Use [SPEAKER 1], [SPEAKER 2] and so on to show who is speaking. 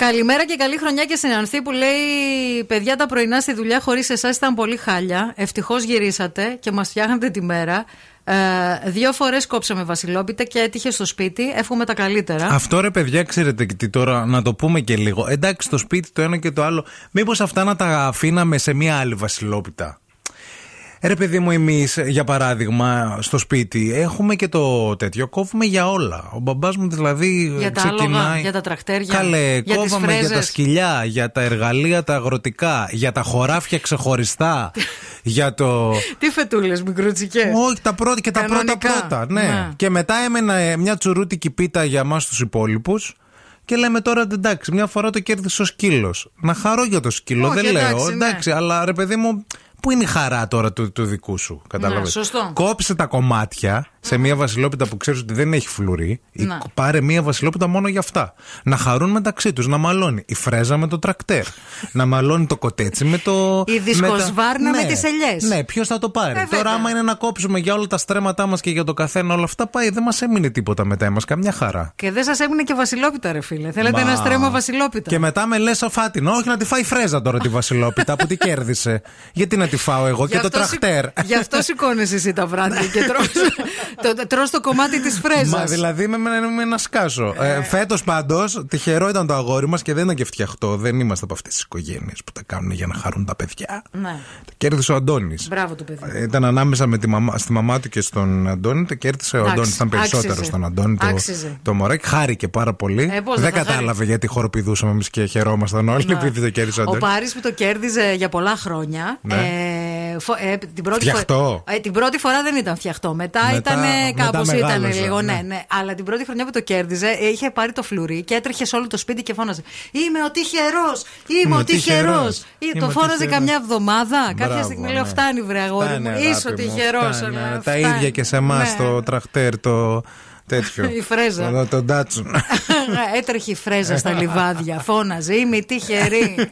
[SPEAKER 1] Καλημέρα και καλή χρονιά και στην Ανθή που λέει: Παιδιά, τα πρωινά στη δουλειά χωρίς εσάς ήταν πολύ χάλια. Ευτυχώς γυρίσατε και μας φτιάχνετε τη μέρα. Ε, δύο φορές κόψαμε Βασιλόπιτα και έτυχε στο σπίτι. Εύχομαι τα καλύτερα.
[SPEAKER 2] Αυτό ρε παιδιά, ξέρετε τι τώρα, να το πούμε και λίγο. Εντάξει, το σπίτι το ένα και το άλλο. Μήπως αυτά να τα αφήναμε σε μία άλλη Βασιλόπιτα. Ρε παιδί μου, εμείς, για παράδειγμα, στο σπίτι έχουμε και το τέτοιο. Κόβουμε για όλα. Ο μπαμπάς μου δηλαδή
[SPEAKER 1] Για τα
[SPEAKER 2] ξεκινάει.
[SPEAKER 1] άλογα, για τα τρακτέρια,
[SPEAKER 2] Καλέ,
[SPEAKER 1] για τις
[SPEAKER 2] κόβαμε για τα
[SPEAKER 1] φρέζες.
[SPEAKER 2] σκυλιά, για τα εργαλεία τα αγροτικά, για τα χωράφια ξεχωριστά. για το.
[SPEAKER 1] Τι φετούλες, μικρούτσικες.
[SPEAKER 2] Όχι, τα πρώτα και τα πρώτα
[SPEAKER 1] Κανονικά.
[SPEAKER 2] πρώτα. Ναι.
[SPEAKER 1] Ναι.
[SPEAKER 2] Και μετά έμενα ε, μια τσουρούτικη πίτα για εμάς τους υπόλοιπους. Και λέμε τώρα εντάξει, μια φορά το κέρδισε ο σκύλος. Να χαρώ για το σκύλο,
[SPEAKER 1] Όχι,
[SPEAKER 2] δεν λέω.
[SPEAKER 1] εντάξει, ναι.
[SPEAKER 2] Εντάξει, αλλά ρε παιδί μου, πού είναι η χαρά τώρα του, του δικού σου, κατάλαβες.
[SPEAKER 1] σωστό.
[SPEAKER 2] Κόψε τα κομμάτια σε μια βασιλόπιτα που ξέρεις ότι δεν έχει φλουρί. ή
[SPEAKER 1] Ναι.
[SPEAKER 2] Πάρε μια βασιλόπιτα μόνο για αυτά. Να χαρούν μεταξύ τους, να μαλώνει η φρέζα με το τρακτέρ. να μαλώνει το κοτέτσι με το.
[SPEAKER 1] Η δισκοσβάρνα με τις ελιές.
[SPEAKER 2] Ναι, ποιος θα το πάρει.
[SPEAKER 1] Ε,
[SPEAKER 2] Τώρα,
[SPEAKER 1] βέβαια.
[SPEAKER 2] άμα είναι να κόψουμε για όλα τα στρέμματά μας και για το καθένα όλα αυτά, πάει. Δεν μας έμεινε τίποτα μετά μα. Καμιά χαρά.
[SPEAKER 1] Και δεν σας έμεινε και Βασιλόπιτα, ρε φίλε. Θέλετε
[SPEAKER 2] Μα.
[SPEAKER 1] ένα στρέμμα Βασιλόπιτα.
[SPEAKER 2] Και μετά με λες αφάτινο, όχι να τη φάει φρέζα τώρα τη Βασιλόπιτα που τη κέρδισε. Γιατί να τη φάω εγώ
[SPEAKER 1] Γι'
[SPEAKER 2] και το
[SPEAKER 1] αυτό
[SPEAKER 2] τρακτέρ.
[SPEAKER 1] σηκ- Γι' αυτό σηκώνει εσύ τα βράδια και τρως το, τρως το κομμάτι της φρέζας.
[SPEAKER 2] Μα δηλαδή με, με, με ένα σκάσο. Ε, Φέτος πάντως, τυχερό ήταν το αγόρι μας και δεν ήταν και φτιαχτό. Δεν είμαστε από αυτές τις οικογένειες που τα κάνουν για να χαρούν τα παιδιά.
[SPEAKER 1] Ναι.
[SPEAKER 2] Το κέρδισε ο Αντώνης.
[SPEAKER 1] Μπράβο το παιδί.
[SPEAKER 2] Ήταν ανάμεσα με τη μαμά, στη μαμά του και στον Αντώνη. Το κέρδισε ο
[SPEAKER 1] Άξι-
[SPEAKER 2] Αντώνη. Ήταν περισσότερο
[SPEAKER 1] άξιζε.
[SPEAKER 2] στον Αντώνη το,
[SPEAKER 1] Άξιζε.
[SPEAKER 2] το μωράκι. Χάρηκε πάρα πολύ.
[SPEAKER 1] Ε, πώς
[SPEAKER 2] δεν
[SPEAKER 1] δεν θα
[SPEAKER 2] κατάλαβε γιατί χοροπηδούσαμε εμείς και χαιρόμασταν όλοι
[SPEAKER 1] Ναι.
[SPEAKER 2] επειδή το κέρδισε ο
[SPEAKER 1] Ο
[SPEAKER 2] Αντώνης.
[SPEAKER 1] Πάρης που το κέρδιζε για πολλά χρόνια.
[SPEAKER 2] Ναι.
[SPEAKER 1] Ε, φο- ε, την, πρώτη
[SPEAKER 2] Φτιαχτό.
[SPEAKER 1] ε, την πρώτη φορά δεν ήταν φτιαχτό. Μετά,
[SPEAKER 2] Μετά-
[SPEAKER 1] ήταν
[SPEAKER 2] μετά
[SPEAKER 1] κάπως ήταν
[SPEAKER 2] μεγάλωσε,
[SPEAKER 1] λίγο. Ναι.
[SPEAKER 2] ναι.
[SPEAKER 1] ναι, Αλλά την πρώτη χρονιά που το κέρδιζε ε, είχε πάρει το φλουρί και έτρεχε σε όλο το σπίτι και φώναζε Είμαι ο τυχερός! Είμαι
[SPEAKER 2] Είμαι
[SPEAKER 1] ο
[SPEAKER 2] ο
[SPEAKER 1] τυχερό!
[SPEAKER 2] τυχερός. Είμαι
[SPEAKER 1] Το
[SPEAKER 2] ο
[SPEAKER 1] φώναζε
[SPEAKER 2] τυχερός.
[SPEAKER 1] καμιά εβδομάδα. Κάποια
[SPEAKER 2] Μπράβο,
[SPEAKER 1] στιγμή
[SPEAKER 2] ναι.
[SPEAKER 1] λέω Φτάνει, βρε αγόρι
[SPEAKER 2] Φτάνει,
[SPEAKER 1] μου.
[SPEAKER 2] αγάπη
[SPEAKER 1] Είσαι ο
[SPEAKER 2] μου,
[SPEAKER 1] τυχερός.
[SPEAKER 2] φτάνει, ναι. Τα ίδια και σε εμάς
[SPEAKER 1] Ναι.
[SPEAKER 2] το τραχτέρ, το τέτοιο.
[SPEAKER 1] Η φρέζα.
[SPEAKER 2] Το, το, το ντάτσουν.
[SPEAKER 1] Έτρεχε η φρέζα στα λιβάδια. Φώναζε Είμαι η τυχερή.